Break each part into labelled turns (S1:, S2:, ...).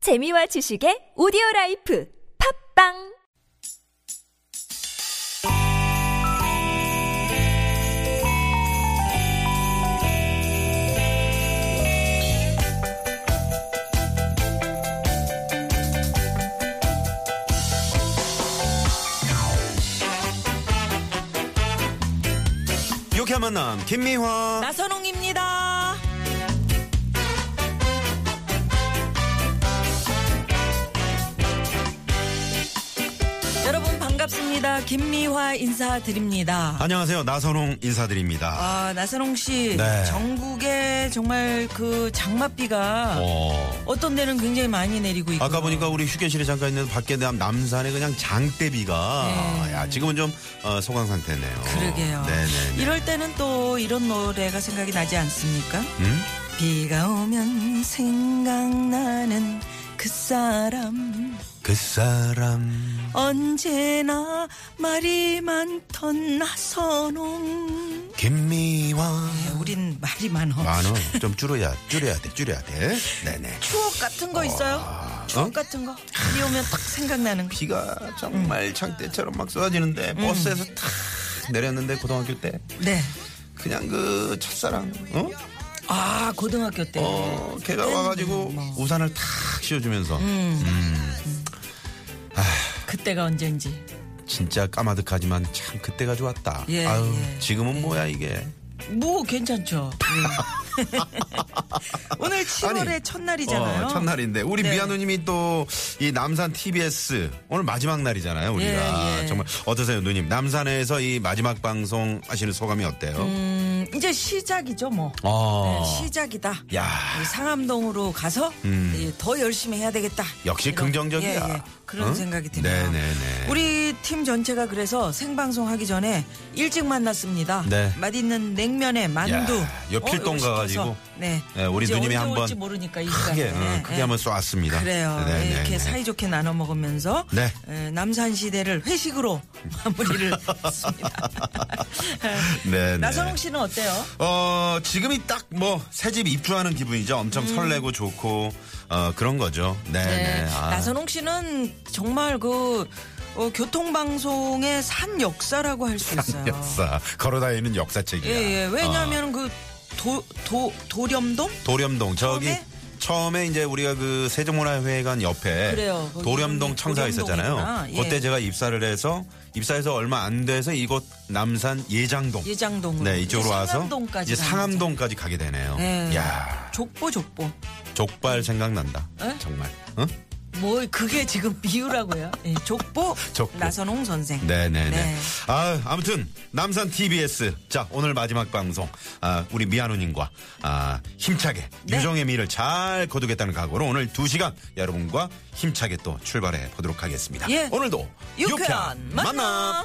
S1: 재미와 지식의 오디오 라이프 팝빵
S2: 유쾌한 만남 김미화
S3: 나선홍입니다. 여러분 반갑습니다. 김미화 인사드립니다.
S2: 안녕하세요 나선홍 인사드립니다
S3: 아, 나선홍 씨,
S2: 네.
S3: 전국에 정말 그 장맛비가
S2: 어.
S3: 어떤 데는 굉장히 많이 내리고 있고
S2: 아까 보니까 우리 휴게실에 잠깐 있는 밖에 남, 남산에 그냥 장대비가 야 지금은 좀 어, 소강 상태네요
S3: 네. 그러게요.
S2: 어, 네네
S3: 이럴 때는 또 이런 노래가 생각이 나지 않습니까?
S2: 음?
S3: 비가 오면 생각나는 그 사람
S2: 그 사람
S3: 언제나 말이 많던 나선홍
S2: 김미화
S3: 네, 우린 말이 많어
S2: 만원 좀 줄여야 줄여야 돼 줄여야 돼 네네
S3: 추억 같은 거 있어요? 추억
S2: 어?
S3: 같은 거? 비 오면 딱 생각나는 거
S2: 비가 정말 장대처럼 막 쏟아지는데 버스에서
S3: 음.
S2: 탁 내렸는데 고등학교 때
S3: 네.
S2: 그냥 그 첫사랑 어?
S3: 아 고등학교 때 네. 뭐,
S2: 어, 걔가
S3: 음.
S2: 와가지고 우산을 탁 씌워주면서
S3: 그때가 언젠지
S2: 진짜 까마득하지만 참 그때가 좋았다.
S3: 예,
S2: 아유
S3: 예.
S2: 지금은 뭐야 이게.
S3: 뭐 괜찮죠 예. 오늘 7월의
S2: 아니,
S3: 첫날이잖아요
S2: 어, 첫날인데 우리
S3: 네.
S2: 미아누님이 또 이 남산 TBS 오늘 마지막 날이잖아요 우리가
S3: 예, 예.
S2: 정말 어떠세요 누님 남산에서 이 마지막 방송 하시는 소감이 어때요?
S3: 음, 이제 시작이죠 뭐
S2: 어.
S3: 네, 시작이다
S2: 야.
S3: 이 상암동으로 가서
S2: 음.
S3: 예, 더 열심히 해야 되겠다.
S2: 역시
S3: 이런,
S2: 긍정적이야.
S3: 예, 예. 그런
S2: 응?
S3: 생각이 드네요.
S2: 네네네.
S3: 우리 팀 전체가 그래서 생방송 하기 전에 일찍 만났습니다.
S2: 네.
S3: 맛있는 냉면에 만두.
S2: 야, 옆 필동
S3: 이거 시켜서.
S2: 가가지고.
S3: 네.
S2: 네, 우리
S3: 이제
S2: 누님이
S3: 언제
S2: 한번
S3: 올지 모르니까 이
S2: 크게
S3: 시간에.
S2: 어,
S3: 네,
S2: 크게
S3: 네.
S2: 한번 쏘았습니다.
S3: 그래요.
S2: 네,
S3: 네,
S2: 네,
S3: 이렇게
S2: 네.
S3: 사이좋게 나눠 먹으면서
S2: 네.
S3: 에, 남산 시대를 회식으로 마무리를 했습니다.
S2: 네, 네.
S3: 나선홍 씨는 어때요?
S2: 어, 지금이 딱 뭐, 새 집 입주하는 기분이죠. 엄청 설레고 좋고, 어, 그런 거죠. 네, 네.
S3: 음. 네.
S2: 아.
S3: 나선홍 씨는 정말 그 어, 교통방송의 산 역사라고 할 수 있어요.
S2: 역사. 걸어다니는 역사책이야.
S3: 예, 예.
S2: 어,
S3: 왜냐하면 그 도, 도, 도렴동?
S2: 도렴동, 저기.
S3: 처음에?
S2: 처음에 이제 우리가 그 세종문화회관 옆에
S3: 그래요. 거기
S2: 도렴동
S3: 이름이
S2: 청사가 있었잖아요.
S3: 도렴동이구나. 예.
S2: 그때 제가 입사를 해서 입사해서 얼마 안 돼서 이곳 남산 예장동.
S3: 예장동으로.
S2: 네, 이쪽으로
S3: 이제
S2: 와서
S3: 상암동까지
S2: 이제
S3: 가는
S2: 상암동까지 가게 되네요.
S3: 네.
S2: 야,
S3: 족보, 족보. 음.
S2: 족발 생각난다.
S3: 에?
S2: 정말. 응?
S3: 뭐, 그게 지금 비유라고요? 예, 족보,
S2: 족보.
S3: 나선홍 선생.
S2: 네네네.
S3: 네.
S2: 아, 아무튼 남산 TBS 자 오늘 마지막 방송 아, 우리 미아누님과 아, 힘차게
S3: 네.
S2: 유정의 미를 잘 거두겠다는 각오로 오늘 2 시간 여러분과 힘차게 또 출발해 보도록 하겠습니다.
S3: 예.
S2: 오늘도
S3: 유쾌한 만남.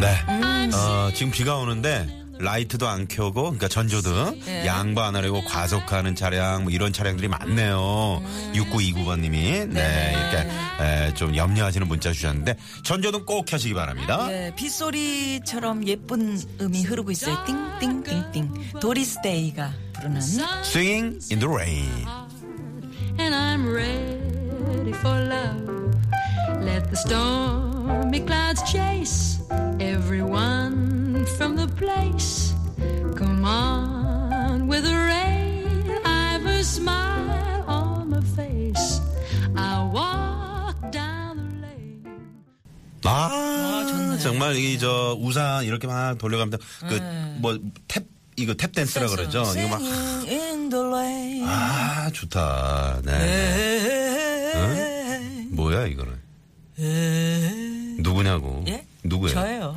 S2: 네. 어, 지금 비가 오는데. 라이트도 안 켜고, 그러니까 전조등,
S3: 예.
S2: 양보 안 하려고 과속하는 차량, 뭐 이런 차량들이 많네요. 6929번님이, 네, 이렇게 에, 좀 염려하시는 문자 주셨는데, 전조등 꼭 켜시기 바랍니다.
S3: 예, 빗소리처럼 예쁜 음이 흐르고 있어요. 띵띵띵띵. 도리스데이가 부르는.
S2: Singing in the rain.
S4: and I'm ready for love. Let the stormy clouds chase everyone from the place. Come on with the rain. I've a smile on my face. I walk down the lane.
S2: 아, 정말 이 저 우산 이렇게 막 돌려가면서 그 뭐 탭 이거 탭 댄스라 그러죠. 이거 막
S3: Singing in the rain.
S2: 아, 좋다. 네. 네. 뭐야 이거는? 누구냐고?
S3: 예?
S2: 누구예요?
S3: 저예요.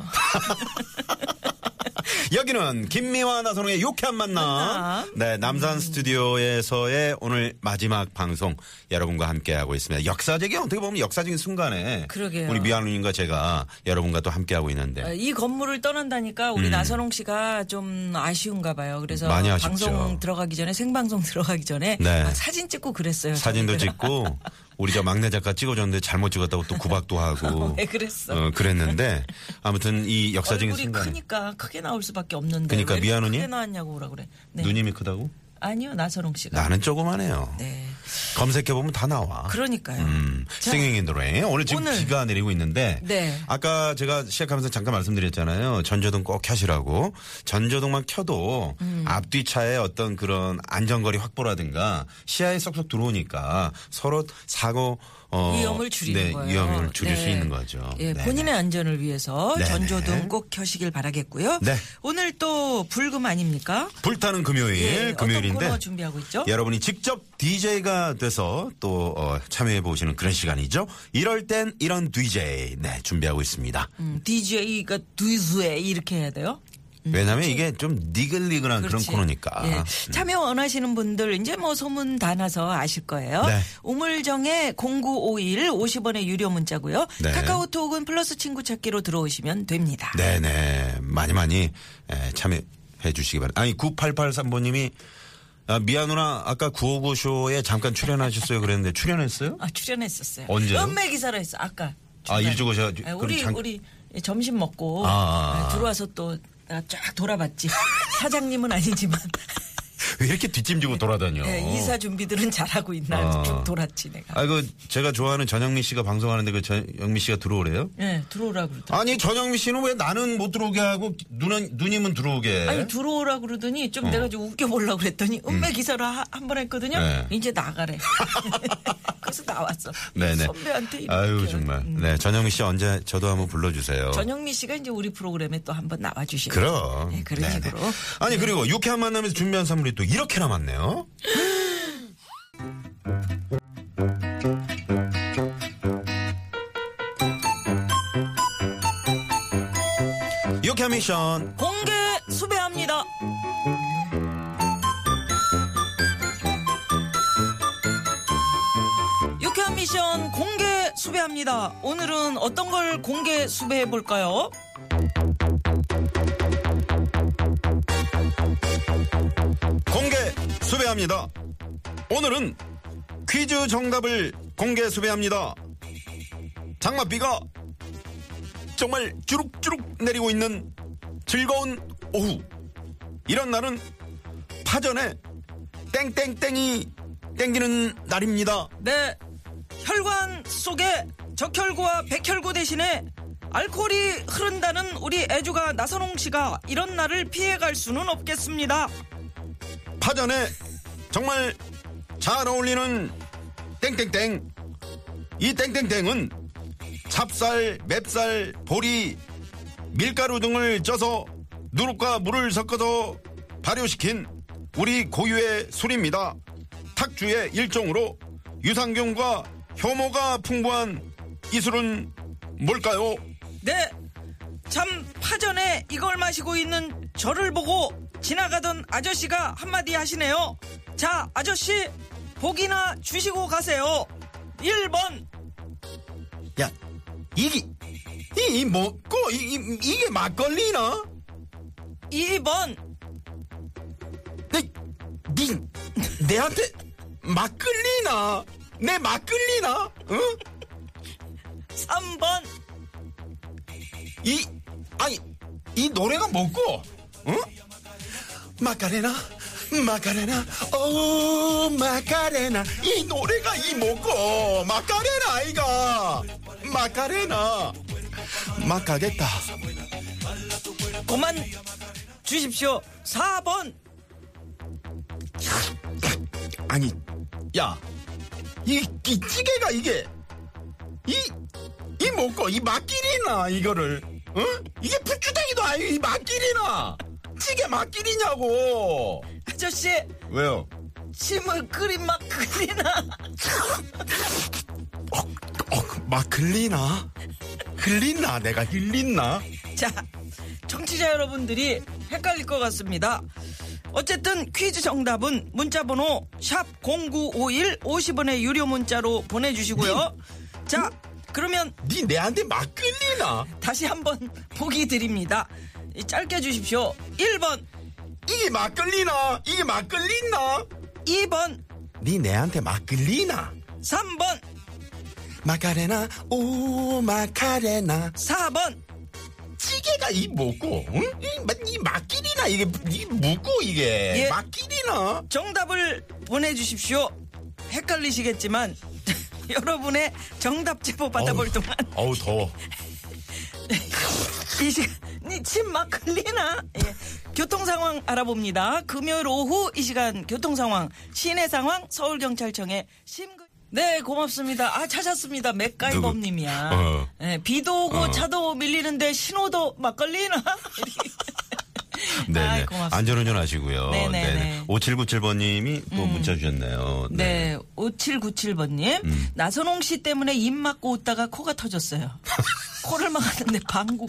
S2: 여기는 김미화 나선홍의 유쾌한 만남.
S3: 만남. 음.
S2: 네, 남산 스튜디오에서의 오늘 마지막 방송 여러분과 함께하고 있습니다. 역사적인 어떻게 보면 역사적인 순간에
S3: 그러게요.
S2: 우리 미아 누님과 제가 여러분과 또 함께하고 있는데.
S3: 아, 이 건물을 떠난다니까 우리 나선홍 씨가 좀 아쉬운가 봐요. 그래서
S2: 음. 많이 아쉽죠.
S3: 방송 들어가기 전에 생방송 들어가기 전에
S2: 네.
S3: 막 사진 찍고 그랬어요.
S2: 사진도
S3: 저희들.
S2: 찍고 우리 저 막내 작가 찍어줬는데 잘못 찍었다고 또 구박도 하고.
S3: 왜 그랬어?
S2: 어, 그랬는데 아무튼 이 역사적인
S3: 얼굴이
S2: 순간 에
S3: 크니까 크게 나올 수밖에 없는데
S2: 그러니까
S3: 왜 이렇게
S2: 미아 누님?
S3: 크게 나왔냐고 뭐라 그래. 네.
S2: 누님이 크다고?
S3: 아니요 나서롱 씨가.
S2: 나는 조그만해요.
S3: 네.
S2: 검색해 보면 다 나와.
S3: 그러니까요.
S2: 음,
S3: 자,
S2: Singing in the Rain. 오늘 지금
S3: 오늘.
S2: 비가 내리고 있는데
S3: 네.
S2: 아까 제가 시작하면서 잠깐 말씀드렸잖아요. 전조등 꼭 켜시라고. 전조등만 켜도
S3: 음.
S2: 앞뒤 차의 어떤 그런 안전거리 확보라든가 시야에 쏙쏙 들어오니까 서로 사고 어,
S3: 위험을 줄이는
S2: 네,
S3: 거예요.
S2: 위험을 줄일
S3: 네.
S2: 수 있는 거죠.
S3: 예,
S2: 네.
S3: 본인의 안전을 위해서
S2: 네네.
S3: 전조등 꼭 켜시길 바라겠고요.
S2: 네.
S3: 오늘 또 불금 아닙니까?
S2: 불타는 금요일,
S3: 예, 어떤
S2: 금요일인데 예.
S3: 코너 준비하고 있죠?
S2: 여러분이 직접 DJ가 돼서 또 어, 참여해 보시는 그런 시간이죠. 이럴 땐 이런 DJ 네 준비하고 있습니다.
S3: 음, DJ가 뒤즈에 이렇게 해야 돼요?
S2: 왜냐면 이게 좀 니글니글한 그런
S3: 음. 그렇지.
S2: 코너니까. 음.
S3: 예. 참여 원하시는 분들 이제 뭐 소문 다 나서 아실 거예요.
S2: 네.
S3: 우물정에 0951 50원의 유료 문자고요.
S2: 네.
S3: 카카오톡은 플러스 친구 찾기로 들어오시면 됩니다.
S2: 네네. 많이 많이 에, 참여해 주시기 바랍니다. 아니, 9883번님이 아, 미아 누나 아까 959쇼에 잠깐 출연하셨어요 그랬는데 출연했어요?
S3: 아, 출연했었어요.
S2: 언제요?
S3: 음매 기사로 했어. 아까.
S2: 아,
S3: 중간에.
S2: 일주고 제가
S3: 아,
S2: 그럼
S3: 우리
S2: 잠-
S3: 우리 점심 먹고
S2: 아, 아, 아.
S3: 아, 들어와서 또 내가 쫙 돌아봤지. 사장님은 아니지만
S2: 어. 왜 이렇게 뒷짐지고 돌아다녀?
S3: 예, 이사 준비들은 잘하고 있나
S2: 아.
S3: 쭉 돌았지 내가.
S2: 아이고 제가 좋아하는 전영미 씨가 방송하는데 그 전영미 씨가 들어오래요?
S3: 예, 들어오라 그러더니
S2: 아니 전영미 씨는 왜 나는 못 들어오게 하고 누는 누님은 들어오게?
S3: 아니 들어오라 그러더니 좀 내가 좀 웃겨보려고 그랬더니 음매 기사로 한 번 했거든요.
S2: 네.
S3: 이제 나가래. 그래서 나왔어.
S2: 네네.
S3: 선배한테 이렇게. 음.
S2: 아유 정말. 네 전영미 씨 언제 저도 한번 불러주세요.
S3: 전영미 씨가 이제 우리 프로그램에 또 한 번 나와주시고.
S2: 그럼.
S3: 네, 그런
S2: 네네.
S3: 식으로.
S2: 아니 그리고 유쾌한 만남에서 준비한 선물이 또 이렇게 남았네요. 유쾌한 미션.
S3: 공개 수배합니다. 유쾌한 미션 공개 수배합니다. 오늘은 어떤 걸 공개 수배해 볼까요?
S2: 공개 수배합니다. 오늘은 퀴즈 정답을 공개 수배합니다. 장맛비가 정말 주룩주룩 내리고 있는 즐거운 오후. 이런 날은 파전에 땡땡땡이 땡기는 날입니다.
S3: 네. 혈관 속에 적혈구와 백혈구 대신에 알코올이 흐른다는 우리 애주가 나선홍 씨가 이런 날을 피해갈 수는 없겠습니다.
S2: 파전에 정말 잘 어울리는 땡땡땡. 이 땡땡땡은 찹쌀, 맵쌀, 보리, 밀가루 등을 쪄서 누룩과 물을 섞어서 발효시킨 우리 고유의 술입니다. 탁주의 일종으로 유산균과 효모가 풍부한 이 술은 뭘까요?
S3: 네. 참 파전에 이걸 마시고 있는 저를 보고 지나가던 아저씨가 한마디 하시네요. 자, 아저씨 복이나 주시고 가세요. 1번.
S2: 야, 이게, 이, 이 먹고, 이, 이, 이게 막걸리나?
S3: 2번.
S2: 네, 니, 내한테 막 끌리나? 내 막 끌리나? 응?
S3: 3번.
S2: 이, 아니, 이 노래가 뭐고? 응? 마카레나, 마카레나, 오, 마카레나. 이 노래가 이 뭐고? 마카레나, 아이가. 마카레나. 막가겠다.
S3: 그만 주십시오. 4번.
S2: 아니, 야, 이, 이 찌개가 이게, 이, 이 뭐고, 이 막길이나, 이거를, 응? 이게 부추댕이도 아니고, 이 막길이나! 찌개 막길이냐고!
S3: 아저씨
S2: 왜요?
S3: 침을 끓인 막 끓이나
S2: 어, 막 흘리나? 흘린나? 내가 흘린나?
S3: 자 청취자 여러분들이 헷갈릴 것 같습니다 어쨌든 퀴즈 정답은 문자번호 샵 0951 50원의 유료 문자로 보내주시고요 자 그러면
S2: 니 내한테 막 끌리나?
S3: 다시 한번 보기 드립니다 이, 짧게 주십시오 1번
S2: 이게 막 끌리나? 이게 막 끌리나?
S3: 2번
S2: 니 내한테 막 끌리나?
S3: 3번
S2: 마카레나 오 마카레나
S3: 4번
S2: 찌개가 이 뭐고 응? 이, 마- 이 막길이나 이게 이 뭐고 이게
S3: 예.
S2: 막길이나
S3: 정답을 보내주십시오. 헷갈리시겠지만 여러분의 정답 제보 받아볼 동안
S2: 어우 더워
S3: 이 시간이 침막 흘리나? 예. 교통 상황 알아봅니다. 금요일 오후 이 시간 교통 상황, 시내 상황 서울 경찰청의 심근. 네, 고맙습니다. 아, 찾았습니다.
S2: 누구?
S3: 맥가이버님이야.
S2: 어.
S3: 예, 비도 오고 차도 밀리는데 신호도 막 걸리나? 아이,
S2: 네네
S3: 고맙습니다.
S2: 안전운전 하시고요
S3: 네네네. 음.
S2: 5797번님이 또 문자 주셨네요 음. 네.
S3: 네, 5797번님. 나선홍 씨 때문에 입 막고 웃다가 코가 터졌어요. 코를 막았는데 방구.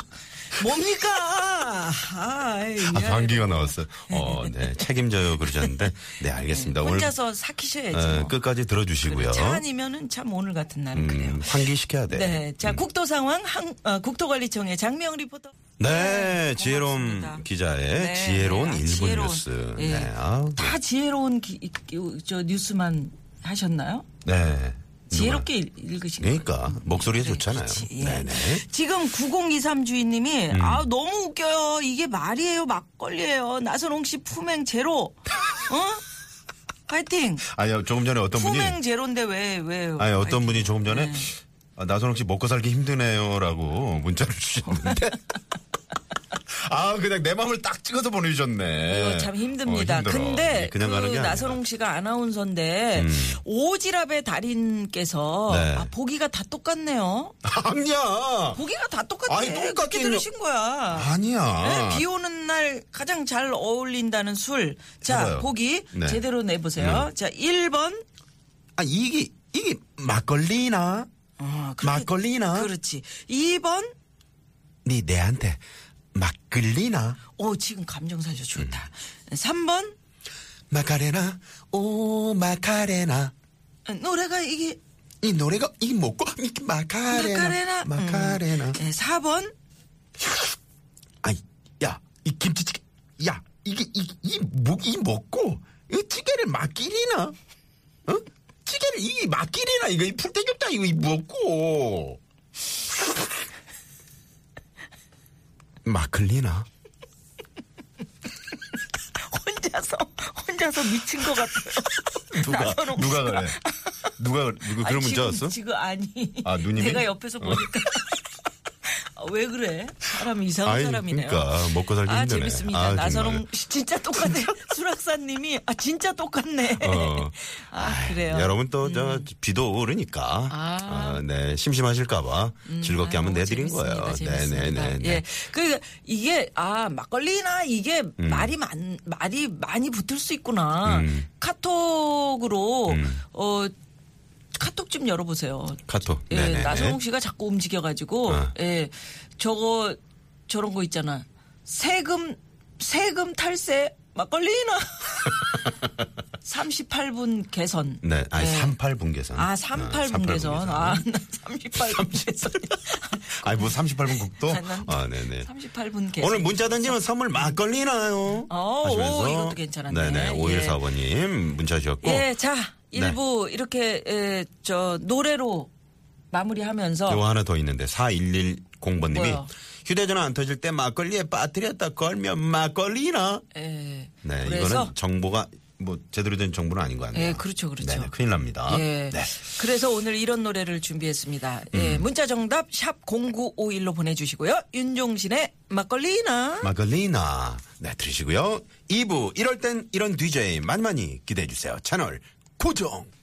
S3: 뭡니까? 아이,
S2: 아 방귀가 나왔어요 어네 책임져요 그러셨는데 네 알겠습니다
S3: 혼자서 삭히셔야죠.
S2: 어, 끝까지 들어주시고요
S3: 차 아니면은 참 오늘 같은 날은 그래요.
S2: 음, 환기시켜야 돼
S3: 네, 자 국도 상황 항, 어, 국토관리청의 장명 리포터.
S2: 네, 지혜로운
S3: 고맙습니다.
S2: 기자의
S3: 네,
S2: 지혜로운
S3: 아,
S2: 일본
S3: 지혜로운.
S2: 뉴스.
S3: 예.
S2: 네. 아우,
S3: 다 지혜로운 기- 이- 저 뉴스만 하셨나요?
S2: 네.
S3: 지혜롭게 읽- 읽으신 거예요.
S2: 그러니까 목소리에 좋잖아요.
S3: 그렇지, 예.
S2: 네네. 음.
S3: 지금 9023 주인님이 아 너무 웃겨요. 이게 말이에요, 막걸리예요. 나선홍 씨 품행 제로. 어? 파이팅.
S2: 아니요 조금 전에 어떤 분이
S3: 품행 제로인데 왜 왜?
S2: 아니 예, 어떤 분이 조금 전에
S3: 네.
S2: 아, 나선홍 씨 먹고 살기 힘드네요라고 문자를 주셨는데. 아 그냥 내 마음을 딱 찍어서 보내주셨네.
S3: 이거 참 힘듭니다.
S2: 어, 힘들어.
S3: 근데
S2: 그냥
S3: 그
S2: 가는 게 아니라. 음.
S3: 나선홍 씨가 아나운서인데 오지랖의 달인께서
S2: 네.
S3: 아, 보기가 다 똑같네요.
S2: 아니야.
S3: 보기가 다 똑같아.
S2: 아니, 똑같긴
S3: 그렇게 들으신 거야.
S2: 아니야.
S3: 네, 비 오는 날 가장 잘 어울린다는 술. 자,
S2: 해봐요.
S3: 보기
S2: 네.
S3: 제대로 내보세요. 자, 1번.
S2: 아 이게 이게 막걸리나
S3: 아, 그렇게-
S2: 막걸리나
S3: 그렇지. 2번.
S2: 네 내한테 막걸리나
S3: 오, 지금 감정 살려 좋다.
S2: 음.
S3: 3번.
S2: 마카레나 오 마카레나
S3: 노래가 이게
S2: 이 노래가 이 뭐고 이
S3: 마카레나. 음.
S2: 마카레나 마카레나
S3: 네, 4번.
S2: 아이 야이 김치찌개 야 이게 이이뭐이 먹고 이 찌개를 막기리나 어 찌개를 이 막기리나 이거 이 풀떼기없다 이거 이 먹고 마클리나
S3: 혼자서 혼자서 미친 것 같아요.
S2: 누가
S3: 나서로
S2: 누가 그래 누가 그래? 누구
S3: 아,
S2: 그런 문자
S3: 지금,
S2: 왔어
S3: 지금 아니.
S2: 아, 누님이? 어.
S3: 내가 옆에서 보니까. 아, 왜 그래? 사람 이상한
S2: 아이,
S3: 사람이네요.
S2: 그러니까 먹고 살기
S3: 아,
S2: 힘드네.
S3: 재밌습니다.
S2: 아, 정말.
S3: 나선홍 씨 진짜 똑같네. 수락사님이 아 진짜 똑같네.
S2: 어.
S3: 아 그래요.
S2: 여러분 또 저
S3: 음.
S2: 비도 오르니까 아, 네 심심하실까봐 즐겁게 한번
S3: 음, 아유,
S2: 내드린
S3: 재밌습니다.
S2: 거예요.
S3: 재밌습니다.
S2: 네네네.
S3: 예. 그 이게 아 막걸리나 이게
S2: 음.
S3: 말이 많 말이 많이 붙을 수 있구나. 카톡으로
S2: 음.
S3: 어 카톡 좀 열어보세요.
S2: 카톡.
S3: 예,
S2: 네네네.
S3: 나선홍 씨가 자꾸 움직여가지고
S2: 어.
S3: 예 저거 저런 거 있잖아. 세금 세금 탈세 막걸리나 38분 개선.
S2: 네, 아니
S3: 예.
S2: 38분 계산. 네,
S3: 아, 38분 개선. 아, 38분 개선.
S2: 아니 뭐 38분 국도?
S3: 난-
S2: 아, 네네.
S3: 38분 개선.
S2: 오늘 문자 던지면 선물 막걸리나요?
S3: 어,
S2: 하시면서
S3: 오, 이것도 괜찮았네.
S2: 네네.
S3: 예.
S2: 5145님 문자 주셨고.
S3: 예, 자,
S2: 네.
S3: 일부 이렇게 에, 저 노래로 마무리하면서
S2: 요 하나 더 있는데 4110번님이
S3: 뭐요?
S2: 휴대전화 안 터질 때 막걸리에 빠뜨렸다 걸면 막걸리나.
S3: 예.
S2: 네,
S3: 그래서
S2: 이거는 정보가 뭐 제대로 된 정보는 아닌 거 아니에요?
S3: 예, 그렇죠, 그렇죠.
S2: 네, 큰일 납니다.
S3: 예.
S2: 네.
S3: 그래서 오늘 이런 노래를 준비했습니다. 예, 문자 정답 샵 0951로 보내 주시고요. 윤종신의 막걸리나
S2: 마글리나. 네, 들으시고요. 2부 이럴 땐 이런 DJ 만만히 기대해 주세요. 채널 고정.